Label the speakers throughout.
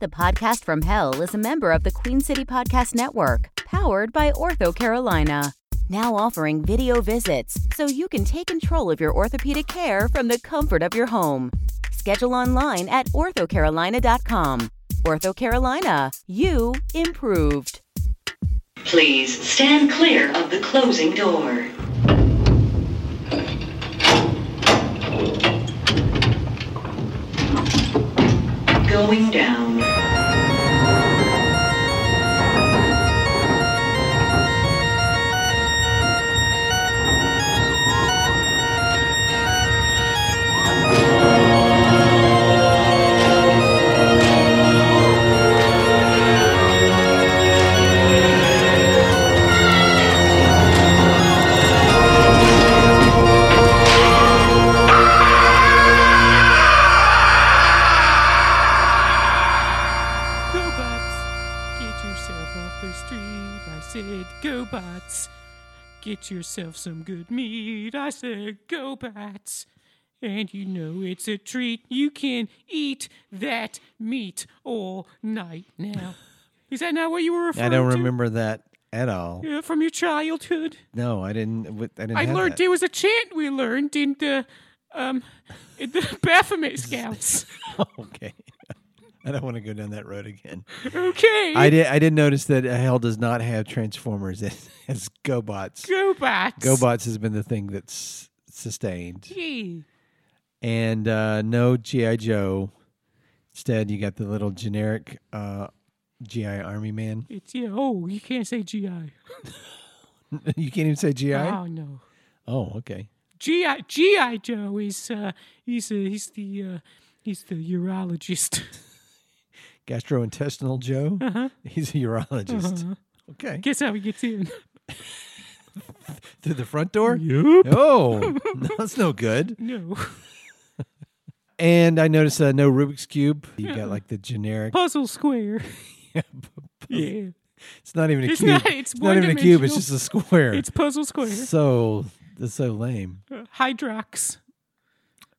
Speaker 1: The Podcast from Hell is a member of the Queen City Podcast Network, powered by Ortho Carolina. Now offering video visits so you can take control of your orthopedic care from the comfort of your home. Schedule online at orthocarolina.com. Ortho Carolina, you improved.
Speaker 2: Please stand clear of the closing door. Going down.
Speaker 3: GoBots, get yourself off the street. I said, GoBots, get yourself some good meat. I said, GoBots. And you know it's a treat. You can eat that meat all night now. Is that not what you were referring
Speaker 4: I don't
Speaker 3: to?
Speaker 4: remember that at all.
Speaker 3: Yeah, from your childhood.
Speaker 4: No, I didn't. w- I didn't.
Speaker 3: I
Speaker 4: have
Speaker 3: learned
Speaker 4: that.
Speaker 3: there was a chant we learned in the um in the Baphomet Scouts.
Speaker 4: okay. I don't want to go down that road again.
Speaker 3: Okay.
Speaker 4: I did. I did notice that uh, Hell does not have Transformers as, as GoBots.
Speaker 3: GoBots.
Speaker 4: GoBots has been the thing that's sustained,
Speaker 3: Gee.
Speaker 4: and uh, no GI Joe. Instead, you got the little generic uh, GI Army man.
Speaker 3: It's yeah. Oh, you can't say GI.
Speaker 4: you can't even say GI.
Speaker 3: Oh no.
Speaker 4: Oh, okay.
Speaker 3: GI GI Joe is uh, he's uh, he's the uh, he's the urologist.
Speaker 4: Gastrointestinal Joe.
Speaker 3: Uh-huh.
Speaker 4: He's a urologist. Okay.
Speaker 3: Guess how he gets in.
Speaker 4: Through the front door.
Speaker 3: Yep.
Speaker 4: Oh, no, that's no good.
Speaker 3: No
Speaker 4: And I noticed uh, no Rubik's cube. You got like the generic.
Speaker 3: puzzle square. yeah,
Speaker 4: It's not even a
Speaker 3: It's
Speaker 4: cube.
Speaker 3: not- it's
Speaker 4: even a cube. It's
Speaker 3: one-dimensional.
Speaker 4: just a square.
Speaker 3: it's puzzle square.
Speaker 4: so that's so lame.
Speaker 3: Uh, Hydrox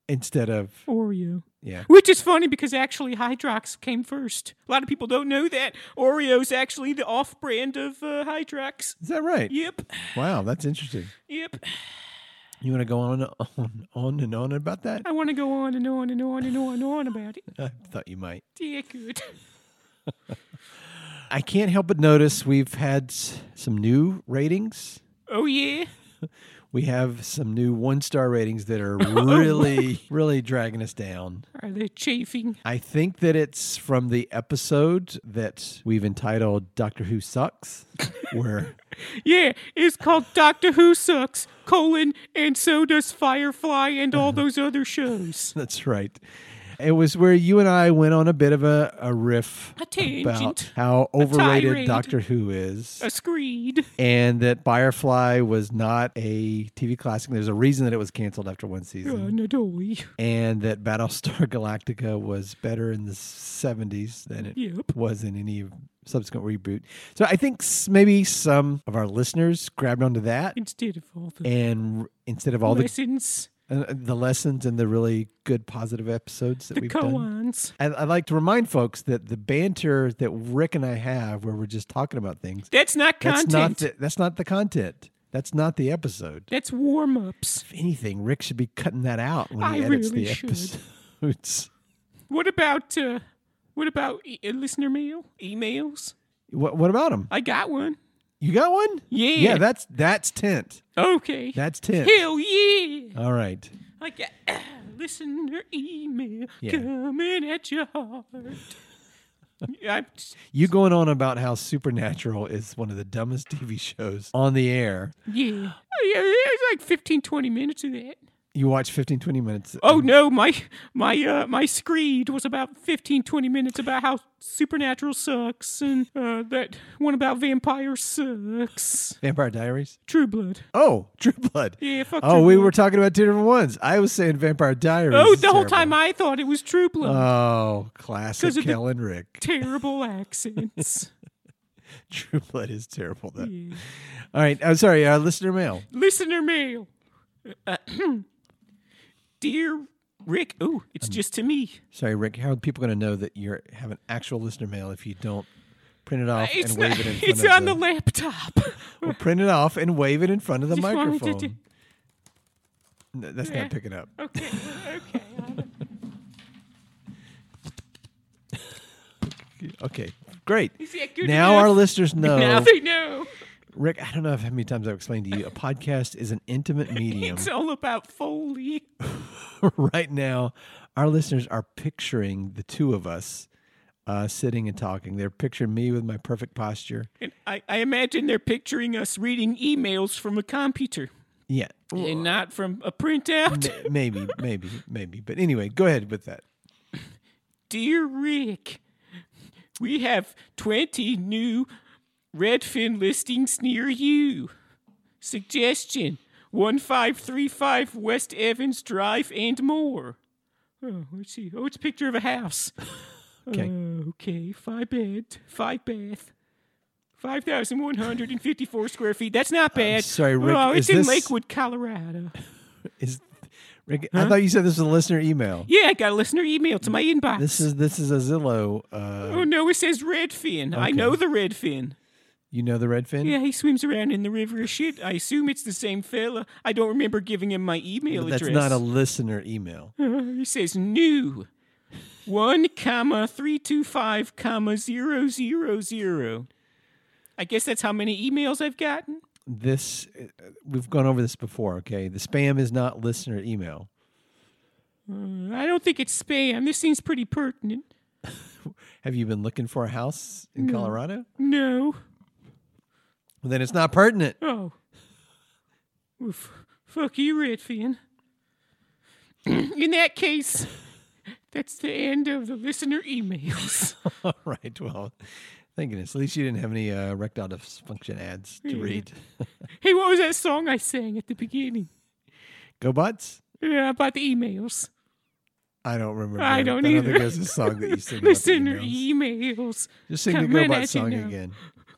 Speaker 4: Instead of
Speaker 3: Oreo.
Speaker 4: yeah,
Speaker 3: Which is funny because actually Hydrox came first. A lot of people don't know that Oreo's actually the off-brand of uh, Hydrox.
Speaker 4: is that right?
Speaker 3: Yep,
Speaker 4: Wow, that's interesting.
Speaker 3: yep.
Speaker 4: You want to go on, on on and on about that?
Speaker 3: I want to go on and on and on and on and on about it.
Speaker 4: I thought you might.
Speaker 3: Yeah, good.
Speaker 4: I can't help but notice we've had s- some new ratings.
Speaker 3: Oh yeah.
Speaker 4: We have some new one star ratings that are
Speaker 3: Oh
Speaker 4: really, really dragging us down.
Speaker 3: Are they chafing?
Speaker 4: I think that it's from the episode that we've entitled Doctor Who Sucks, where
Speaker 3: Yeah, it's called Doctor Who Sucks, colon, and so does Firefly and all
Speaker 4: Uh-huh.
Speaker 3: those other shows.
Speaker 4: that's right. It was where you and I went on a bit of a, a riff
Speaker 3: A tangent.
Speaker 4: about how overrated
Speaker 3: tirade.
Speaker 4: Doctor Who is,
Speaker 3: A screed.
Speaker 4: and that Firefly was not a TV classic. There's a reason that it was canceled after one
Speaker 3: Uh,
Speaker 4: season,
Speaker 3: Nadoi.
Speaker 4: and that Battlestar Galactica was better in the 70s than it
Speaker 3: Yep.
Speaker 4: was in any subsequent reboot. So I think s- maybe some of our listeners grabbed onto that.
Speaker 3: Instead of all the
Speaker 4: and r- instead of all the
Speaker 3: lessons,
Speaker 4: uh, the lessons and the really good positive episodes that
Speaker 3: the
Speaker 4: we've done.
Speaker 3: koans.
Speaker 4: I, I like to remind folks that the banter that Rick and I have, where we're just talking about things,
Speaker 3: That's not
Speaker 4: that's
Speaker 3: content.
Speaker 4: not the, that's not the content. That's not the episode.
Speaker 3: That's warm ups.
Speaker 4: If anything, Rick should be cutting that out when
Speaker 3: I
Speaker 4: he edits
Speaker 3: really
Speaker 4: the
Speaker 3: should.
Speaker 4: episodes.
Speaker 3: What about uh, what about e- uh, listener mail? Emails?
Speaker 4: what what about him?
Speaker 3: I got one.
Speaker 4: You got one?
Speaker 3: Yeah.
Speaker 4: Yeah, that's that's tent.
Speaker 3: Okay.
Speaker 4: That's tent.
Speaker 3: Hell yeah.
Speaker 4: All right.
Speaker 3: I got listener email
Speaker 4: Yeah.
Speaker 3: coming at your heart. I,
Speaker 4: You going on about how Supernatural is one of the dumbest TV shows on the air.
Speaker 3: yeah. It's like 15, 20 minutes of that.
Speaker 4: You watch 15, 20 minutes.
Speaker 3: Oh no, my my uh, my screed was about 15, 20 minutes about how supernatural sucks and uh, that one about vampire sucks.
Speaker 4: Vampire Diaries?
Speaker 3: True blood.
Speaker 4: Oh, True Blood.
Speaker 3: Yeah, fuck
Speaker 4: Oh,
Speaker 3: True
Speaker 4: we
Speaker 3: Blood.
Speaker 4: were talking about two different ones. I was saying Vampire Diaries.
Speaker 3: Oh,
Speaker 4: is
Speaker 3: the whole
Speaker 4: terrible.
Speaker 3: time I thought it was true blood.
Speaker 4: Oh, classic
Speaker 3: 'Cause of the-
Speaker 4: Kel and Rick.
Speaker 3: Terrible accents.
Speaker 4: True Blood is terrible, though.
Speaker 3: Yeah.
Speaker 4: All right. I'm sorry. Uh, listener mail.
Speaker 3: Listener mail. Dear Rick, oh, it's just to me.
Speaker 4: Sorry, Rick. How are people going to know that you have an actual listener mail if you don't print it off
Speaker 3: It's
Speaker 4: and
Speaker 3: not,
Speaker 4: wave it in front
Speaker 3: it's
Speaker 4: of
Speaker 3: on
Speaker 4: the,
Speaker 3: the, laptop.
Speaker 4: Well, print it off and wave it in front of the
Speaker 3: Just wanted to
Speaker 4: microphone.
Speaker 3: do-
Speaker 4: No, that's
Speaker 3: Yeah.
Speaker 4: not picking up.
Speaker 3: okay, okay. I'm-
Speaker 4: Okay, great.
Speaker 3: Is that good
Speaker 4: now
Speaker 3: enough?
Speaker 4: our listeners know.
Speaker 3: Now they know.
Speaker 4: Rick, I don't know how many times I've explained to you, a podcast is an intimate medium.
Speaker 3: It's all about Foley.
Speaker 4: right now, our listeners are picturing the two of us uh, sitting and talking. They're picturing me with my perfect posture.
Speaker 3: And I, I imagine they're picturing us reading emails from a computer
Speaker 4: Yeah,
Speaker 3: and not from a printout.
Speaker 4: M- maybe, maybe, maybe. But anyway, go ahead with that.
Speaker 3: Dear Rick, we have 20 new Redfin listings near you. Suggestion 1535 West Evans Drive and more. Oh, let's see. Oh, it's a picture of a house.
Speaker 4: Okay.
Speaker 3: Uh, okay, five bed, five bath. 5,154 square feet. That's not bad.
Speaker 4: sorry, Rick,
Speaker 3: Oh,
Speaker 4: is
Speaker 3: it's in
Speaker 4: this-
Speaker 3: Lakewood, Colorado.
Speaker 4: Is Rick? I thought you said this was a listener email.
Speaker 3: Yeah, I got a listener email to my inbox.
Speaker 4: This is this is a Zillow. Uh,
Speaker 3: Oh no, it says Redfin. I
Speaker 4: Okay.
Speaker 3: know the Redfin.
Speaker 4: you know the Redfin.
Speaker 3: Yeah, he swims around in the river of shit. I assume it's the same fella. I don't remember giving him my email
Speaker 4: But that's
Speaker 3: address.
Speaker 4: not a listener email.
Speaker 3: He says new, one comma three two five comma zero zero zero. I guess that's how many emails I've gotten.
Speaker 4: This uh, we've gone over this before. Okay, the spam is not listener email.
Speaker 3: I don't think it's spam. This seems pretty pertinent.
Speaker 4: Have you been looking for a house in Colorado?
Speaker 3: No.
Speaker 4: Well, then it's not pertinent.
Speaker 3: Oh. Well, f- fuck you, Redfin. In that case, that's the end of the listener emails.
Speaker 4: All right. Well, thank goodness. At least you didn't have any uh, erectile dysfunction ads to read.
Speaker 3: hey, what was that song I sang at the beginning?
Speaker 4: Go Butts?
Speaker 3: Yeah, about the emails.
Speaker 4: I don't remember.
Speaker 3: I don't
Speaker 4: I
Speaker 3: either.
Speaker 4: think there's a song that you sing. about the
Speaker 3: listener
Speaker 4: emails.
Speaker 3: emails.
Speaker 4: Just sing the
Speaker 3: coming
Speaker 4: Go Butts
Speaker 3: at you
Speaker 4: song
Speaker 3: now.
Speaker 4: again.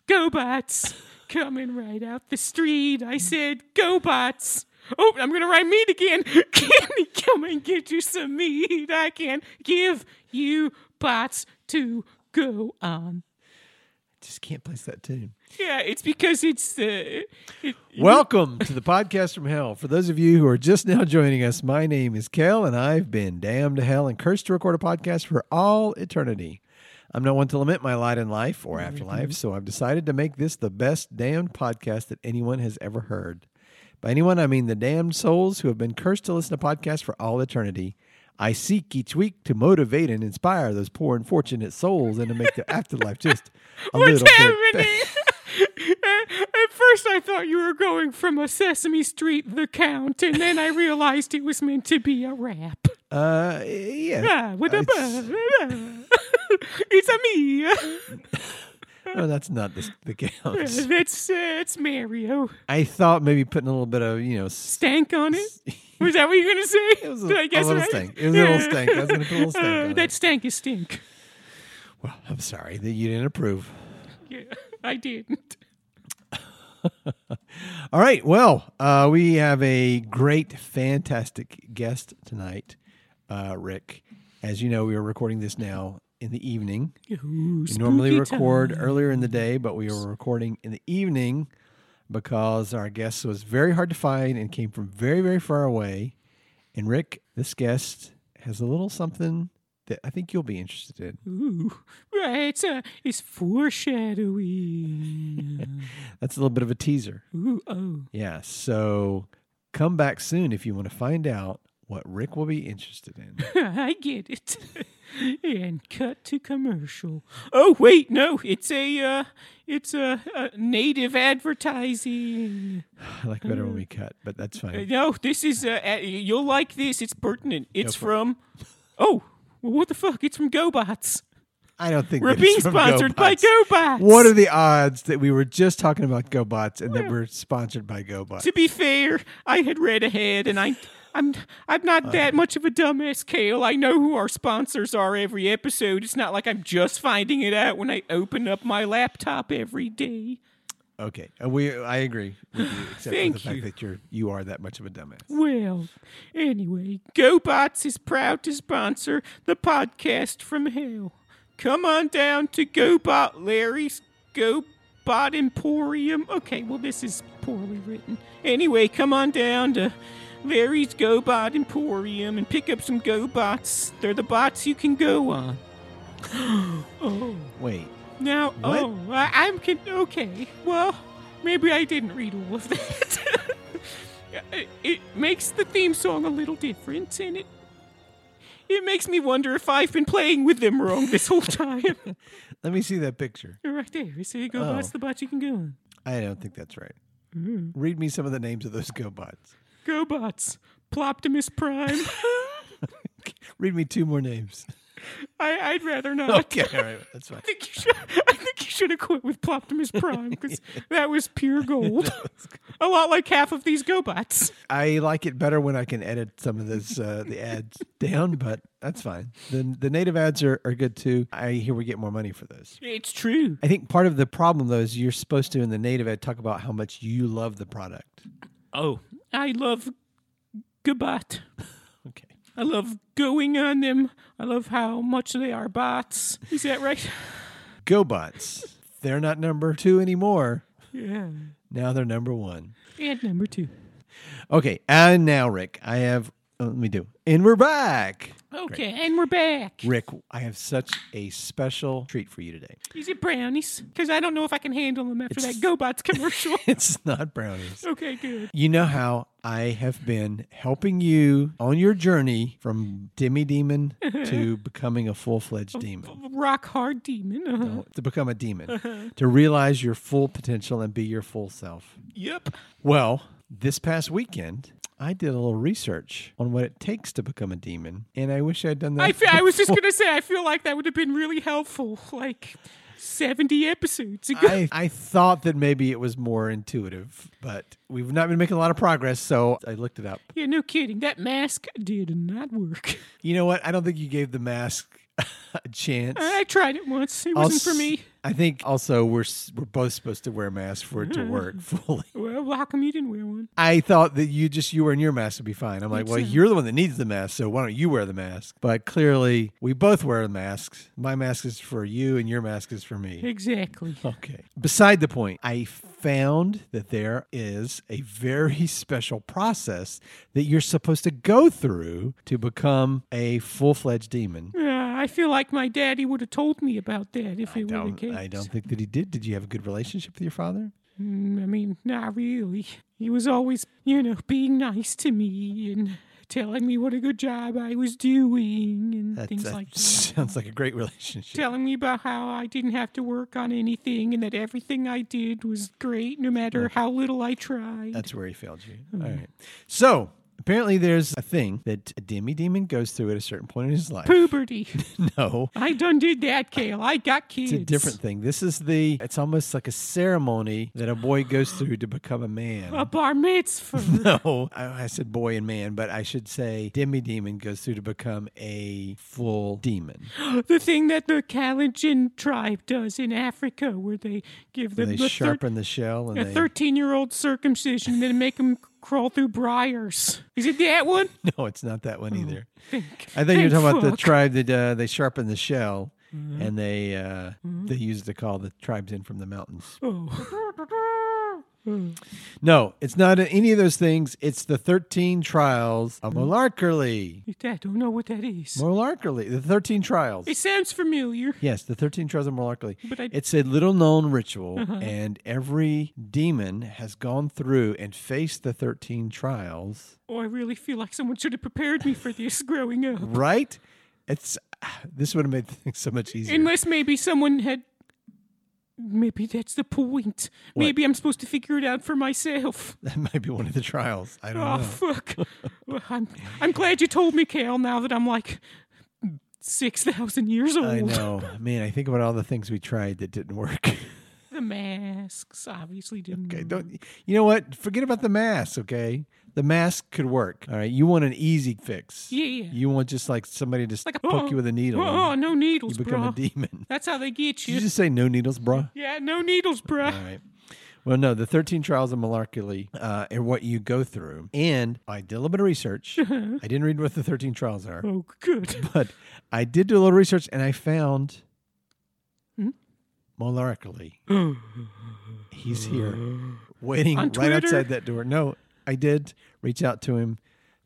Speaker 3: Go bots, coming right out the street. I said, go bots. Oh, I'm gonna rhyme meat again. Can you come and get you some meat? I can give you bots to go on.
Speaker 4: Just can't place that tune.
Speaker 3: Yeah, it's because it's uh, the. it-
Speaker 4: Welcome to the podcast from hell. For those of you who are just now joining us, my name is Kel, and I've been damned to hell and cursed to record a podcast for all eternity. I'm not one to lament my lot in life or afterlife, so I've decided to make this the best damned podcast that anyone has ever heard. By anyone, I mean the damned souls who have been cursed to listen to podcasts for all eternity. I seek each week to motivate and inspire those poor unfortunate souls and to make the afterlife just a
Speaker 3: what's
Speaker 4: little bit better.
Speaker 3: happening? At first, I thought you were going from a Sesame Street, The Count, and then I realized it was meant to be a rap.
Speaker 4: Uh, yeah.
Speaker 3: Ah, with a
Speaker 4: It's-
Speaker 3: bu- it's a me.
Speaker 4: No, that's not the, the
Speaker 3: Uh,
Speaker 4: counts.
Speaker 3: That's uh, it's Mario.
Speaker 4: I thought maybe putting a little bit of you know. s-
Speaker 3: Stank on it. Was that what you're gonna say?
Speaker 4: It was a-
Speaker 3: Did I
Speaker 4: a
Speaker 3: guess
Speaker 4: little
Speaker 3: right?
Speaker 4: stank. It was a little stank. I was gonna put a little stank
Speaker 3: Uh,
Speaker 4: on it.
Speaker 3: that stank is stink.
Speaker 4: Well, I'm sorry that you didn't approve.
Speaker 3: Yeah, I didn't.
Speaker 4: All right. Well, uh, we have a great, fantastic guest tonight, uh, Rick. As you know, we are recording this now in the evening.
Speaker 3: Ooh,
Speaker 4: We normally
Speaker 3: spooky
Speaker 4: record er
Speaker 3: time.
Speaker 4: earlier in the day, but we were recording in the evening because our guest was very hard to find and came from very, very far away. And Rick, this guest has a little something that I think you'll be interested in.
Speaker 3: Ooh, right. It's, uh, it's foreshadowing.
Speaker 4: That's a little bit of a teaser.
Speaker 3: Ooh, oh.
Speaker 4: Yeah. So come back soon if you want to find out what Rick will be interested in.
Speaker 3: I get it. and cut to commercial. Oh wait, no, it's a uh, it's a, a native advertising.
Speaker 4: I like better when we cut, but that's
Speaker 3: Uh,
Speaker 4: fine.
Speaker 3: No, this is uh, uh, you'll like this. It's pertinent. It's
Speaker 4: for
Speaker 3: from oh, well, what the fuck? It's from GoBots.
Speaker 4: I don't think
Speaker 3: We're
Speaker 4: that it's
Speaker 3: being
Speaker 4: from
Speaker 3: sponsored by
Speaker 4: GoBots.
Speaker 3: GoBots.
Speaker 4: What are the odds that we were just talking about GoBots and that we're sponsored by GoBots?
Speaker 3: to be fair, I had read ahead, and I. I'm I'm not that much of a dumbass, Kale. I know who our sponsors are every episode. It's not like I'm just finding it out when I open up my laptop every day.
Speaker 4: Okay, Uh, we I agree with you, except for
Speaker 3: Thank
Speaker 4: the fact
Speaker 3: you.
Speaker 4: that you're you are that much of a dumbass.
Speaker 3: Well, anyway, GoBots is proud to sponsor the podcast from hell. Come on down to GoBot Larry's GoBot Emporium. Okay, well, this is poorly written. Anyway, come on down to Larry's GoBot Emporium and pick up some GoBots. They're the bots you can go on. oh.
Speaker 4: Wait,
Speaker 3: Now,
Speaker 4: What?
Speaker 3: oh, I, I'm con- okay. Well, maybe I didn't read all of that. it, it makes the theme song a little different, and it it makes me wonder if I've been playing with them wrong this whole time.
Speaker 4: let me see that picture.
Speaker 3: right there, you see, go
Speaker 4: Oh.
Speaker 3: bots the bot you can go on.
Speaker 4: I don't think that's right.
Speaker 3: Mm-hmm.
Speaker 4: Read me some of the names of those GoBots.
Speaker 3: Go bots, Ploptimus Prime.
Speaker 4: Read me two more names.
Speaker 3: I, I'd rather not.
Speaker 4: Okay, all right, that's fine.
Speaker 3: I think you should. I think you should have quit with Ploptimus Prime because that was pure gold. a lot like half of these GoBots.
Speaker 4: I like it better when I can edit some of this uh, the ads down, but that's fine. The the native ads are, are good too. I hear we get more money for those.
Speaker 3: It's true.
Speaker 4: I think part of the problem though is you're supposed to in the native ad talk about how much you love the product.
Speaker 3: Oh, I love Gabot.
Speaker 4: Okay.
Speaker 3: I love going on them. I love how much they are bots. Is that right?
Speaker 4: GoBots. They're not number two anymore.
Speaker 3: Yeah.
Speaker 4: Now they're number one.
Speaker 3: And number two.
Speaker 4: Okay. And now, Rick, I have. oh, let me do. And we're back.
Speaker 3: Okay, and we're back.
Speaker 4: Rick, I have such a special treat for you today.
Speaker 3: Is it brownies? Because I don't know if I can handle them after
Speaker 4: It's-
Speaker 3: that GoBots commercial.
Speaker 4: It's not brownies.
Speaker 3: okay, good.
Speaker 4: You know how I have been helping you on your journey from demi demon to becoming a full fledged demon.
Speaker 3: Rock hard demon. Uh-huh.
Speaker 4: No, To become a demon, to realize your full potential and be your full self.
Speaker 3: Yep.
Speaker 4: Well, this past weekend, I did a little research on what it takes to become a demon, and I wish I'd done that.
Speaker 3: I fe- I was just gonna say I feel like that would have been really helpful, like seventy episodes ago.
Speaker 4: I, I thought that maybe it was more intuitive, but we've not been making a lot of progress, so I looked it up.
Speaker 3: yeah, no kidding. That mask did not work.
Speaker 4: You know what? I don't think you gave the mask a chance.
Speaker 3: I tried it once. It
Speaker 4: I'll
Speaker 3: wasn't for
Speaker 4: s-
Speaker 3: me.
Speaker 4: I think also we're s- we're both supposed to wear masks for it to work fully.
Speaker 3: Well, well, how come you didn't wear one?
Speaker 4: I thought that you just you wearing your mask would be fine. I'm like, well, you're the one that needs the mask, so why don't you wear the mask? But clearly, we both wear masks. My mask is for you, and your mask is for me.
Speaker 3: Exactly.
Speaker 4: Okay. Beside the point, I found that there is a very special process that you're supposed to go through to become a full fledged demon.
Speaker 3: Uh, I feel like my daddy would have told me about that if it were the
Speaker 4: Don't-
Speaker 3: case.
Speaker 4: I don't think that he did. Did you have a good relationship with your father?
Speaker 3: Mm, I mean, not really. He was always, you know, being nice to me and telling me what a good job I was doing and
Speaker 4: That,
Speaker 3: things
Speaker 4: that
Speaker 3: like that.
Speaker 4: sounds like a great relationship.
Speaker 3: Telling me about how I didn't have to work on anything and that everything I did was great no matter how little I tried.
Speaker 4: That's where he failed you.
Speaker 3: Hmm.
Speaker 4: All right. So apparently, there's a thing that a demi demon goes through at a certain point in his life.
Speaker 3: Puberty.
Speaker 4: No,
Speaker 3: I done did that, Kale. I got kids.
Speaker 4: it's a different thing. This is the. It's almost like a ceremony that a boy goes through to become a man.
Speaker 3: A bar mitzvah.
Speaker 4: no, I, I said boy and man, but I should say demi demon goes through to become a full demon.
Speaker 3: The thing that the Kalenjin tribe does in Africa, where they give the,
Speaker 4: They
Speaker 3: the thir-
Speaker 4: sharpen the shell and
Speaker 3: a
Speaker 4: they.
Speaker 3: 13 year old circumcision, then make them crawl through briars. Is it that one?
Speaker 4: No, it's not that one either. I think you're
Speaker 3: Oh, Thank
Speaker 4: talking about the
Speaker 3: fuck.
Speaker 4: tribe that uh, they sharpen the shell
Speaker 3: Mm-hmm.
Speaker 4: and they uh, they use it to call the tribes in from the mountains.
Speaker 3: Oh.
Speaker 4: No, it's not any of those things. It's the 13 trials of
Speaker 3: Mm-hmm.
Speaker 4: Molarkerly.
Speaker 3: I don't know what that is.
Speaker 4: Molarkerly, the 13 trials.
Speaker 3: It sounds familiar.
Speaker 4: Yes, the 13 trials of Molarkerly.
Speaker 3: But I- Uh-huh.
Speaker 4: It's a little known ritual, and every demon has gone through and faced the 13 trials,
Speaker 3: Oh, I really feel like someone should have prepared me for this growing up.
Speaker 4: right? It's this would have made things so much easier.
Speaker 3: Unless maybe someone had. Maybe that's the point. Maybe I'm supposed to figure it out for myself.
Speaker 4: that might be one of the trials. I don't
Speaker 3: Oh,
Speaker 4: know.
Speaker 3: fuck. Well, I'm, I'm glad you told me, Kale, now that I'm like 6,000 years old.
Speaker 4: I know. Man, I think about all the things we tried that didn't work.
Speaker 3: The masks obviously didn't.
Speaker 4: Okay,
Speaker 3: work.
Speaker 4: don't you know what? Forget about the mask, okay? The mask could work. All right. You want an easy fix.
Speaker 3: Yeah, yeah.
Speaker 4: You want just like somebody to
Speaker 3: Like a-
Speaker 4: poke you with a needle. and
Speaker 3: Oh, no needles,
Speaker 4: you become
Speaker 3: bro.
Speaker 4: a demon.
Speaker 3: That's how they get
Speaker 4: Did
Speaker 3: you.
Speaker 4: you just say no needles, bruh?
Speaker 3: Yeah, no needles, bruh.
Speaker 4: All right. Well, no, the 13 trials of molecularly uh, are what you go through. And I did a little bit of research. I didn't read what the 13 trials are,
Speaker 3: Oh, good.
Speaker 4: but I did do a little research and I found
Speaker 3: Hmm?
Speaker 4: molecularly. He's here waiting
Speaker 3: On
Speaker 4: right
Speaker 3: Twitter?
Speaker 4: outside that door. No, I did reach out to him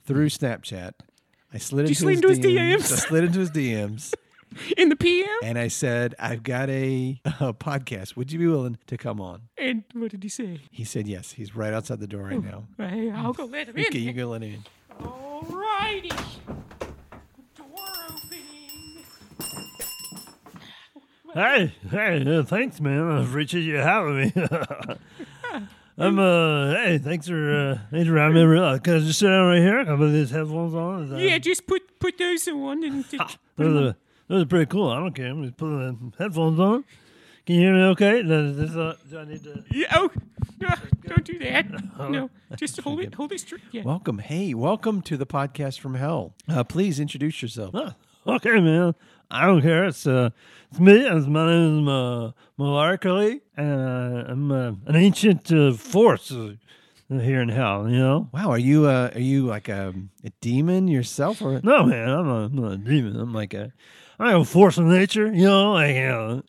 Speaker 4: through Snapchat. I slid
Speaker 3: You
Speaker 4: into,
Speaker 3: slid
Speaker 4: his,
Speaker 3: into his
Speaker 4: DMs.
Speaker 3: DMs?
Speaker 4: I slid into his DMs
Speaker 3: In the PM?
Speaker 4: and I said, I've got a, a podcast. Would you be willing to come on?
Speaker 3: And what did he say?
Speaker 4: He said yes. He's right outside the door right
Speaker 3: Hmm.
Speaker 4: now.
Speaker 3: Hey, I'll go let him
Speaker 4: Okay,
Speaker 3: in.
Speaker 4: Mm. you go let him in.
Speaker 3: Alrighty. Door opening.
Speaker 5: Hey, hey, uh, thanks, man. I appreciate you having me. I'm uh, hey, thanks for uh, thanks for having me. Real, can I just sit down right here? I'm put these headphones on.
Speaker 4: Um,
Speaker 5: Is that-
Speaker 3: Yeah, just put put those on and t-
Speaker 5: those are, those are pretty cool. I don't care. I'm just putting the headphones on. Can you hear me? Okay. No, this, uh, do I need to?
Speaker 3: yeah, oh, no, don't do that. No, just hold it, hold it straight. Yeah.
Speaker 4: Welcome. Hey, welcome to the podcast from hell. Uh, please introduce yourself.
Speaker 5: Oh, okay, man. I don't care. It's uh, it's me. It's, my name is uh, Malarkali, and uh, I'm uh, an ancient uh, force uh, here in hell. You know.
Speaker 4: Wow, are you uh, are you like a, a demon yourself or
Speaker 5: No, man, I'm not, I'm not a demon. I'm like a, I'm like a force of nature, you know, like, you know,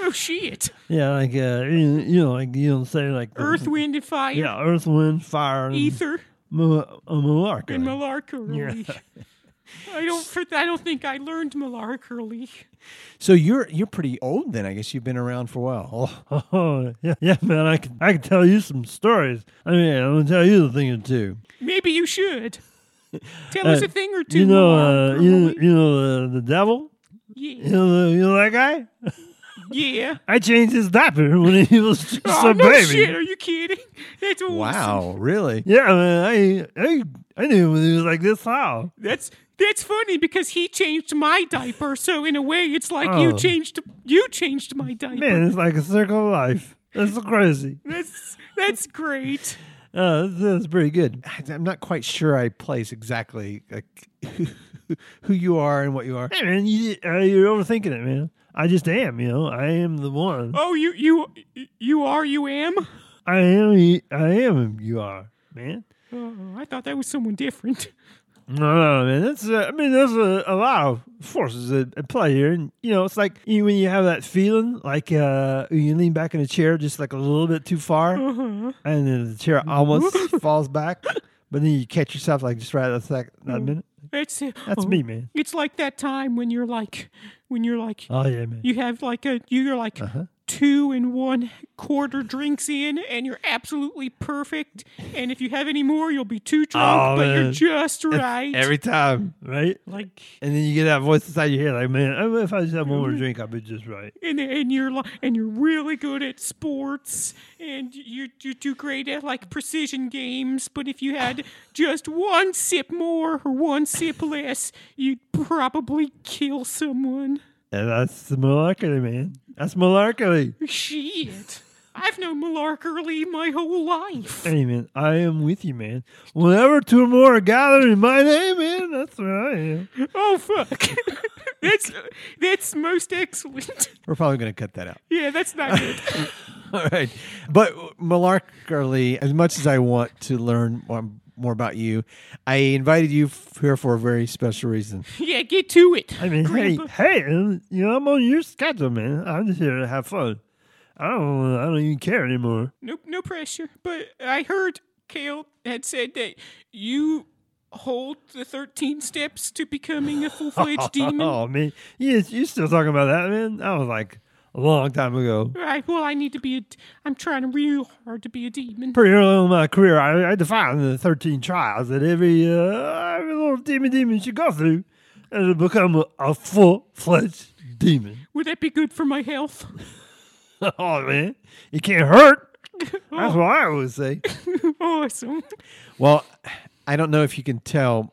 Speaker 3: Oh shit!
Speaker 5: yeah, like, uh, you, you know, like, you know, say like the-
Speaker 3: Earth, wind, and fire.
Speaker 5: yeah, earth, wind, fire, and
Speaker 3: Ether
Speaker 5: mu- uh, malarkey.
Speaker 3: and malarkey. I don't. For, I don't think I learned malarkey.
Speaker 4: So you're you're pretty old then. I guess you've been around for a while. Oh,
Speaker 5: Oh, yeah, yeah, man, I can, I can tell you some stories. I mean, I'm gonna tell you the thing or two.
Speaker 3: Maybe you should tell us
Speaker 5: Uh,
Speaker 3: a thing or two.
Speaker 5: You know, uh, you,
Speaker 3: malarkey.
Speaker 5: you know, the, the devil. You
Speaker 3: yeah,
Speaker 5: know, the, you know that guy.
Speaker 3: Oh, yeah.
Speaker 5: I changed his diaper when he was just
Speaker 3: Oh
Speaker 5: a
Speaker 3: no!
Speaker 5: baby.
Speaker 3: Shit, are you kidding? That's awesome.
Speaker 4: wow, really?
Speaker 5: Yeah, man, I, I, I knew him when he was like this. How?
Speaker 3: That's that's funny because he changed my diaper, so in a way it's like you
Speaker 5: Oh.
Speaker 3: changed you changed my diaper.
Speaker 5: Man, it's like a circle of life. That's so crazy.
Speaker 3: That's that's great.
Speaker 5: Uh, that's, that's pretty good.
Speaker 4: I- I'm not quite sure I place exactly like who you are and what you are.
Speaker 5: Hey, man, you, uh, you're overthinking it, man. I just am, you know. I am the one.
Speaker 3: Oh, you you you are you am.
Speaker 5: I am. y- I am. who You are, man.
Speaker 3: Oh, I thought that was someone different.
Speaker 5: No, no, man. That's. Uh, I mean, there's a, a lot of forces at, at play here, and you know, it's like you, when you have that feeling, like uh, when you lean back in a chair just like a little bit too far, and then the chair almost falls back, but then you catch yourself like just right at that, sec- that minute.
Speaker 3: That's it.
Speaker 5: That's me, man.
Speaker 3: It's like that time when you're like when you're like
Speaker 5: Oh yeah, man.
Speaker 3: you have like a you're like
Speaker 5: Uh-huh.
Speaker 3: two and one quarter drinks in and you're absolutely perfect and if you have any more you'll be too drunk
Speaker 5: Oh,
Speaker 3: but you're
Speaker 5: man.
Speaker 3: just right
Speaker 4: Every time.
Speaker 5: right?
Speaker 3: like
Speaker 5: And then you get that voice inside your head, like, man, I- if I just have one more drink, I'll be just right.
Speaker 3: and and you're li- and you're really good at sports and you you do great at like precision games but if you had just one sip more or one sip less you'd probably kill someone
Speaker 5: And that's the malarkey, man. That's malarkey.
Speaker 3: shit i've known malarkey my whole life
Speaker 5: Hey, man, I am with you, man. Whenever two or more are gathered in my name, man, that's where I am.
Speaker 3: oh fuck that's that's most excellent
Speaker 4: We're probably going to cut that out.
Speaker 3: yeah that's not good
Speaker 4: All right. But malarkey, as much as I want to learn more, more about you, I invited you f- here for a very special reason.
Speaker 3: yeah get to it
Speaker 5: I mean,
Speaker 3: Grandpa.
Speaker 5: hey, hey, um, you know, I'm on your schedule, man. I'm just here to have fun. I don't, I don't even care anymore.
Speaker 3: Nope, no pressure. But I heard Kale had said that you hold the 13 steps to becoming a full fledged demon.
Speaker 5: Oh, man, you, you still talking about that, man? That was like a long time ago.
Speaker 3: Right, well, I need to be a. D- I'm trying real hard to be a demon.
Speaker 5: pretty early in my career, I, I defined the 13 trials that every uh, every little demon demon should go through and to become a, a full fledged demon.
Speaker 3: Would that be good for my health?
Speaker 5: oh man, it can't hurt. That's what I always say.
Speaker 3: awesome.
Speaker 4: Well, I don't know if you can tell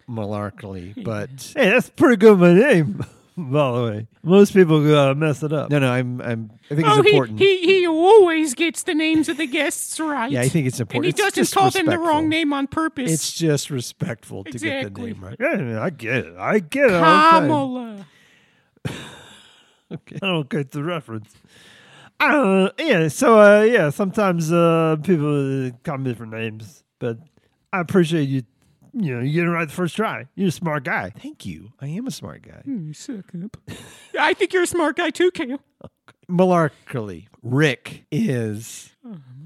Speaker 4: malarkey, but
Speaker 5: Hey, that's pretty good. My name, by the way. Most people uh, mess it up.
Speaker 4: no, no, I'm, I'm, I think it's
Speaker 3: Oh, he,
Speaker 4: important.
Speaker 3: he, he always gets the names of the guests right.
Speaker 4: yeah, I think it's
Speaker 3: And
Speaker 4: important.
Speaker 3: he
Speaker 4: It's
Speaker 3: doesn't
Speaker 4: just
Speaker 3: call them the
Speaker 4: respectful.
Speaker 3: wrong name on purpose.
Speaker 4: It's just respectful to get the
Speaker 3: Exactly.
Speaker 4: name right.
Speaker 5: Yeah, man, I get it. I get it. all the time.
Speaker 3: Kamala.
Speaker 5: I don't get the reference. I don't know. Yeah. So uh, yeah, sometimes uh, people uh, call me different names, but I appreciate you. You know, you get it right the first try. You're a smart guy.
Speaker 4: Thank you. I am a smart guy.
Speaker 3: You suck up. I think you're a smart guy too, Kale.
Speaker 4: Malarkey, Rick is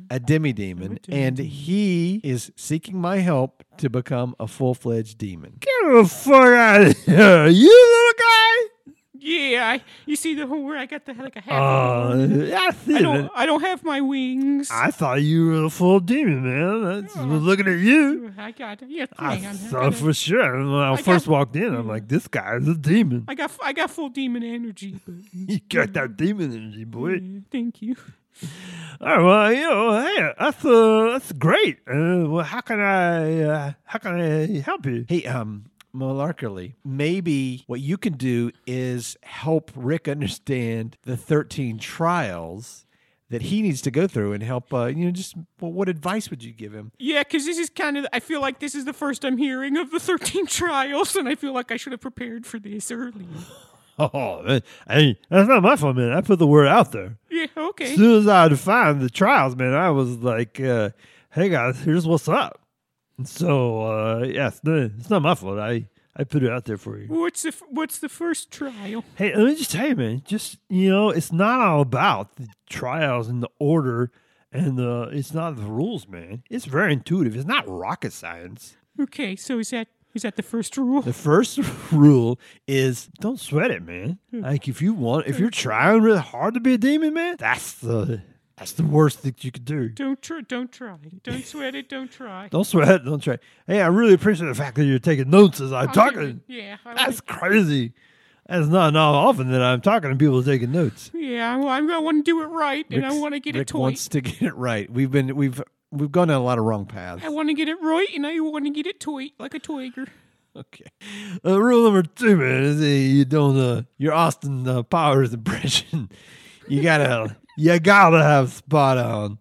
Speaker 4: a demi demon,
Speaker 3: demon.
Speaker 4: and he is seeking my help to become a full fledged demon.
Speaker 5: Get the fuck out of here, you little
Speaker 3: Yeah, I, you see the whole where I got the like a half.
Speaker 4: Oh,
Speaker 5: guy.
Speaker 3: of
Speaker 5: Uh, I, see
Speaker 3: I
Speaker 5: it.
Speaker 3: don't. I don't have my wings.
Speaker 5: I thought you were a full demon, man. That's, Looking at you,
Speaker 3: I got yeah.
Speaker 5: I
Speaker 3: hang on, I
Speaker 5: thought
Speaker 3: got-
Speaker 5: for sure. When I,
Speaker 3: I
Speaker 5: first
Speaker 3: got-
Speaker 5: walked in, I'm like, this guy is a demon.
Speaker 3: I got I got full demon energy. But,
Speaker 5: you got that demon energy, boy.
Speaker 3: yeah, thank you.
Speaker 5: Oh well, you know, hey, that's uh, that's great. Uh, well, how can I uh, how can I help you?
Speaker 4: Hey, um, Malarkey, maybe what you can do is help Rick understand the 13 trials that he needs to go through and help, uh, you know, just well, what advice would you give him?
Speaker 3: Yeah, because this is kind of. I feel like this is the first I'm hearing of the 13 trials, and I feel like I should have prepared for this earlier.
Speaker 5: Oh, man, hey, that's not my fault, man. I put the word out there.
Speaker 3: Yeah.
Speaker 5: As
Speaker 3: Okay.
Speaker 5: soon as I defined the trials, man, I was like, uh, "Hey guys, here's what's up." And so, uh, yeah, it's not, it's not my fault. I I put it out there for you.
Speaker 3: What's the f- What's the first trial?
Speaker 5: Hey, let me just tell you, man. Just you know, it's not all about the trials and the order, and the it's not the rules, man. It's very intuitive. It's not rocket science.
Speaker 3: Okay. So is that is that the first rule?
Speaker 5: The first rule is don't sweat it, man.
Speaker 3: Hmm.
Speaker 5: Like if you want, if you're trying really hard to be a demon, man, that's the that's the worst that you could do.
Speaker 3: Don't try. Don't try. Don't sweat it. Don't try.
Speaker 5: Don't sweat it. Don't try. Hey, I really appreciate the fact that you're taking notes as I'm
Speaker 3: I'll give it-
Speaker 5: talking.
Speaker 3: Oh, Yeah. I
Speaker 5: That's crazy. That's not not often that I'm talking and people are taking notes.
Speaker 3: wanna- yeah. Well, I'm, I want to do it right, and I want to get
Speaker 4: Rick
Speaker 3: it toy.
Speaker 4: wants to get it right. We've been we've we've gone down a lot of wrong paths.
Speaker 3: I want to get it right, and I want to get it toy like a toiger.
Speaker 4: Okay,
Speaker 5: Uh, rule number two, man, is uh, you don't uh, your Austin uh, Powers impression. You gotta you gotta have spot on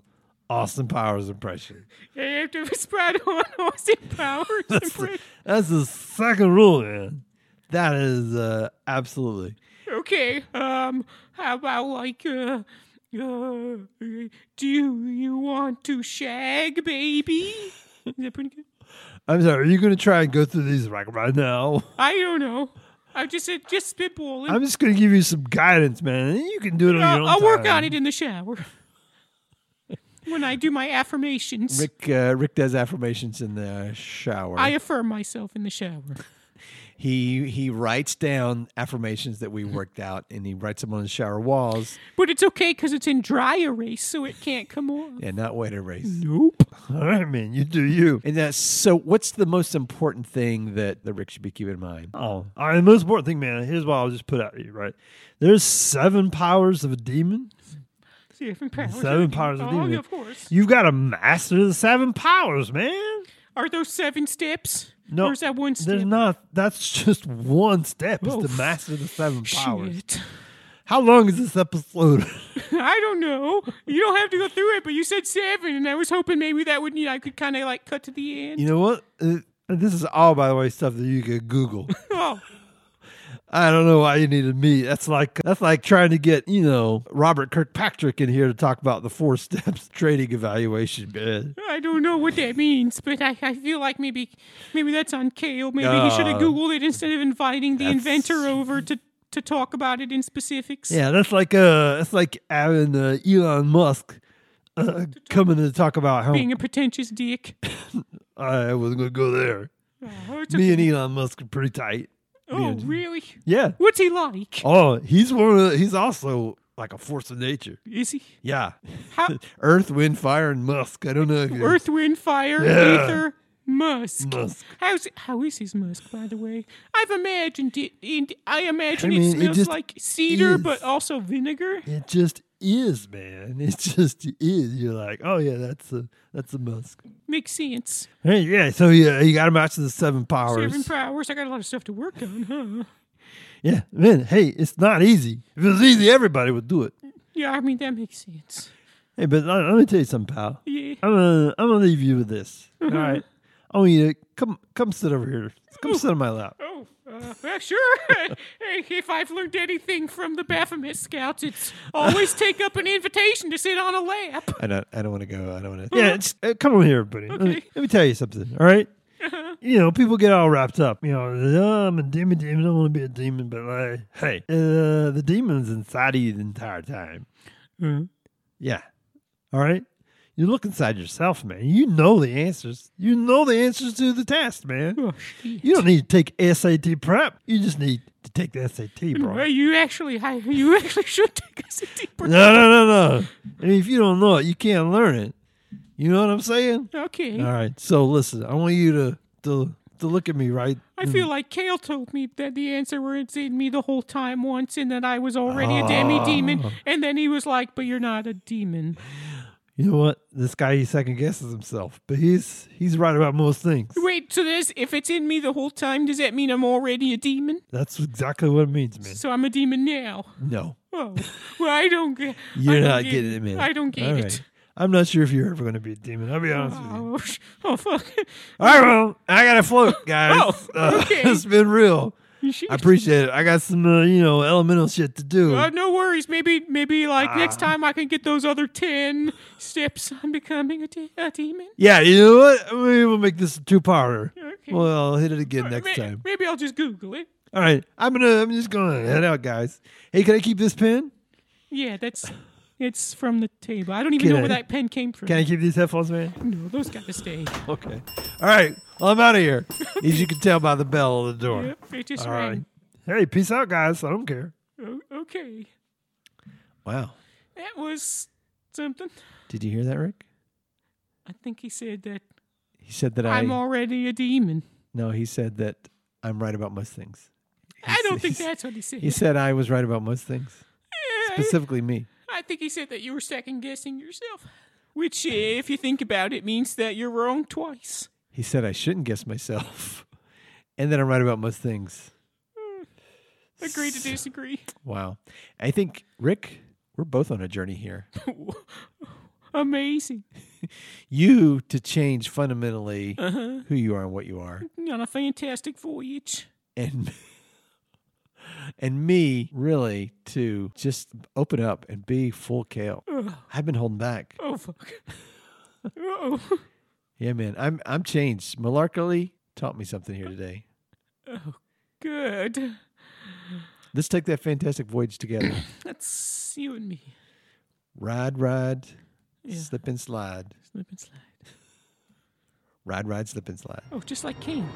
Speaker 5: Austin Powers impression.
Speaker 3: I have to spread on Austin Powers and Brad-
Speaker 5: That's the second rule, man. That is uh, absolutely.
Speaker 3: Okay. Um. How about like uh. Uh, do you want to shag, baby? Is that pretty good?
Speaker 5: I'm sorry. Are you gonna try and go through these right right now?
Speaker 3: I don't know. I just said just spitballing.
Speaker 5: I'm just gonna give you some guidance, man. and You can do it on
Speaker 3: Uh,
Speaker 5: your own.
Speaker 3: I'll work
Speaker 5: time.
Speaker 3: on it in the shower when I do my affirmations.
Speaker 4: Rick uh, Rick does affirmations in the shower.
Speaker 3: I affirm myself in the shower.
Speaker 4: he he writes down affirmations that we worked out, and he writes them on the shower walls
Speaker 3: But it's okay because it's in dry erase, so it can't come off.
Speaker 4: and not wet erase.
Speaker 3: Nope.
Speaker 5: All right, man. You do you.
Speaker 4: And that's so. What's the most important thing that that Rick should be keeping in mind?
Speaker 5: Oh, all right. The most important thing, man. Here's what I'll just put out to you. Right. There's seven powers of a demon.
Speaker 3: Seven powers.
Speaker 5: Seven powers of
Speaker 3: oh,
Speaker 5: demon.
Speaker 3: yeah, of course.
Speaker 5: You've got to master the seven powers, man.
Speaker 3: Are those seven steps?
Speaker 5: No,
Speaker 3: Or is that one step?
Speaker 5: There's not. That's just one step. Is
Speaker 3: Oh,
Speaker 5: to master the seven powers.
Speaker 3: Shit.
Speaker 5: How long is this episode?
Speaker 3: I don't know. You don't have to go through it, but you said seven, and I was hoping maybe that would, you know, I could kind of like cut to the end.
Speaker 5: you know what? Uh, this is all, by the way, stuff that you could Google.
Speaker 3: Oh,
Speaker 5: I don't know why you needed me. That's like that's like trying to get you know Robert Kirkpatrick in here to talk about the four steps trading evaluation. Man.
Speaker 3: I don't know what that means, but I, I feel like maybe maybe that's on Kale. Maybe he should
Speaker 5: Uh,
Speaker 3: have Googled it instead of inviting the inventor
Speaker 5: that's-
Speaker 3: over to, to talk about it in specifics.
Speaker 5: Yeah, that's like uh, that's like having uh, Elon Musk uh, coming to talk about how
Speaker 3: Being a pretentious dick.
Speaker 5: I was gonna go there.
Speaker 3: Oh, it's
Speaker 5: Me
Speaker 3: okay.
Speaker 5: and Elon Musk are pretty tight.
Speaker 3: oh really?
Speaker 5: Yeah.
Speaker 3: What's he like?
Speaker 5: Oh, he's one of the, he's also like a force of nature.
Speaker 3: Is he?
Speaker 5: Yeah,
Speaker 3: How?
Speaker 5: Earth, wind, fire, and Musk. I don't know. If you-
Speaker 3: Earth, wind, fire,
Speaker 5: Yeah.
Speaker 3: ether, musk.
Speaker 5: Musk.
Speaker 3: How's how is his musk, by the way? I've imagined it, and I imagine
Speaker 5: I mean,
Speaker 3: it
Speaker 5: it
Speaker 3: smells
Speaker 5: just
Speaker 3: like cedar,
Speaker 5: is.
Speaker 3: but also vinegar.
Speaker 5: It just is, man. It just is. You're like, oh yeah, that's a that's a Musk.
Speaker 3: Makes sense.
Speaker 5: Hey, yeah. So yeah, you got to match the seven powers.
Speaker 3: Seven powers. I got a lot of stuff to work on, huh?
Speaker 5: yeah, man. Hey, it's not easy. If it was easy, everybody would do it.
Speaker 3: Yeah, I mean that makes sense.
Speaker 5: Hey, but let, let me tell you something, pal.
Speaker 3: Yeah. Mm-hmm.
Speaker 5: I'm gonna I'm gonna leave you with this. All right. I want you to come come sit over here. Come sit on my lap.
Speaker 3: Oh, uh, uh, sure. Hey, if I've learned anything from the Baphomet Scouts, it's always take up an invitation to sit on a lap.
Speaker 4: I don't. I don't want to go. I don't want to.
Speaker 5: Yeah, it's, uh, come over here, buddy. Let, me,
Speaker 3: Okay. Uh-huh.
Speaker 5: let me tell you something. All right? You know, people get all wrapped up. You know, "Oh, I'm a demon, demon. I don't want to be a demon, but like, hey, uh, the demon's inside of you the entire time.
Speaker 3: Mm-hmm.
Speaker 5: Yeah. All right. You look inside yourself, man. You know the answers. You know the answers to the test,
Speaker 3: Oh,
Speaker 5: man. You don't need to take SAT prep. You just need to take the SAT, bro.
Speaker 3: Well, you actually, I, you actually should take us a deeper.
Speaker 5: No, no, no, no. I mean, if you don't know it, you can't learn it. You know what I'm saying?
Speaker 3: Okay.
Speaker 5: All right. So listen, I want you to to, to look at me, right?
Speaker 3: I feel like Kale told me that the answer was in me the whole time once, and that I was already a
Speaker 5: Ah.
Speaker 3: demi demon. And then he was like, "But you're not a demon."
Speaker 5: You know what? This guy he second guesses himself, but he's he's right about most things.
Speaker 3: Wait, so this if it's in me the whole time, does that mean I'm already a demon?
Speaker 5: That's exactly what it means, man.
Speaker 3: So I'm a demon now.
Speaker 5: No.
Speaker 3: Oh, well, I don't get. I
Speaker 5: You're
Speaker 3: don't
Speaker 5: not
Speaker 3: get-
Speaker 5: getting it, man.
Speaker 3: I don't get
Speaker 5: All
Speaker 3: it.
Speaker 5: right. I'm not sure if you're ever going to be a demon. I'll be honest with you.
Speaker 3: Oh, sh- oh fuck.
Speaker 5: All right, well, I got to float, guys. Uh,
Speaker 3: Oh, okay.
Speaker 5: it's been real.
Speaker 3: Shit.
Speaker 5: I appreciate it. I got some, uh, you know, elemental shit to do.
Speaker 3: Uh, no worries. Maybe, maybe
Speaker 5: Ah.
Speaker 3: like next time I can get those other ten steps on becoming a, de- a demon.
Speaker 5: yeah, you know what? Maybe we'll make this a two-parter.
Speaker 3: Okay.
Speaker 5: Well, I'll hit it again
Speaker 3: May-
Speaker 5: next time.
Speaker 3: Maybe I'll just Google it.
Speaker 5: All right, I'm gonna. I'm just gonna head out, guys. Hey, can I keep this pen?
Speaker 3: Yeah, that's it's from the table. I don't even
Speaker 5: Can
Speaker 3: know
Speaker 5: I-
Speaker 3: where that pen came from.
Speaker 5: Can I keep these headphones, man?
Speaker 3: no, those gotta stay.
Speaker 5: Okay. All right. Well, I'm out of here. As you can tell by the bell on the door.
Speaker 3: Yep, it just
Speaker 5: All right.
Speaker 3: rang.
Speaker 5: Hey, peace out, guys. I don't care.
Speaker 3: O- okay,
Speaker 4: Wow.
Speaker 3: that was something.
Speaker 4: Did you hear that, Rick?
Speaker 3: I think he said that
Speaker 4: He said that
Speaker 3: I'm
Speaker 4: I.
Speaker 3: already a demon.
Speaker 4: no, he said that I'm right about most things.
Speaker 3: I don't think
Speaker 4: he's-
Speaker 3: that's what he said.
Speaker 4: He said I was right about most things,
Speaker 3: Yeah, I-
Speaker 4: specifically me.
Speaker 3: I think he said that you were second guessing yourself, which, if you think about it, means that you're wrong twice.
Speaker 4: He said I shouldn't guess myself, and that I'm right about most things.
Speaker 3: Agree to disagree.
Speaker 4: Wow. I think Rick, we're both on a journey here.
Speaker 3: Amazing.
Speaker 4: You to change fundamentally who you are and what you are,
Speaker 3: On a fantastic voyage.
Speaker 4: and and me really to just open up and be full kale. I've been holding back.
Speaker 3: Oh fuck. Oh,
Speaker 4: Yeah, man. I'm I'm changed. Malarkey taught me something here today.
Speaker 3: good.
Speaker 4: Let's take that fantastic voyage together.
Speaker 3: That's you and me.
Speaker 4: ride, ride,
Speaker 3: Yeah.
Speaker 4: slip and slide.
Speaker 3: Slip and slide.
Speaker 4: Ride, ride, slip and slide.
Speaker 3: Oh, just like Kane.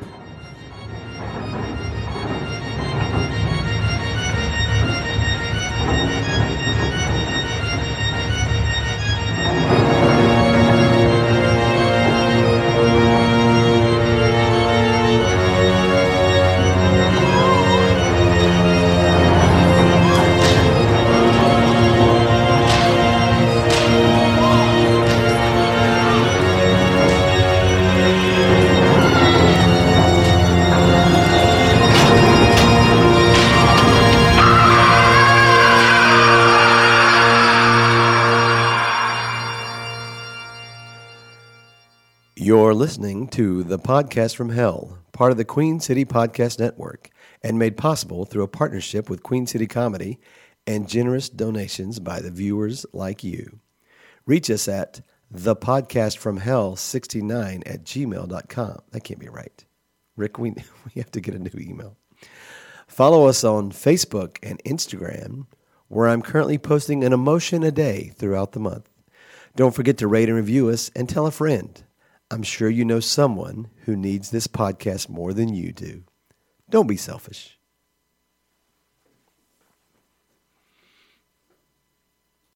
Speaker 6: You're listening to the podcast from Hell, part of the Queen City Podcast Network, and made possible through a partnership with Queen City Comedy and generous donations by the viewers like you. Reach us at thepodcastfromhell69 at gmail.com. That can't be right. Rick, we, we have to get a new email. Follow us on Facebook and Instagram, where I'm currently posting an emotion a day throughout the month. Don't forget to rate and review us and tell a friend. I'm sure you know someone who needs this podcast more than you do. Don't be selfish.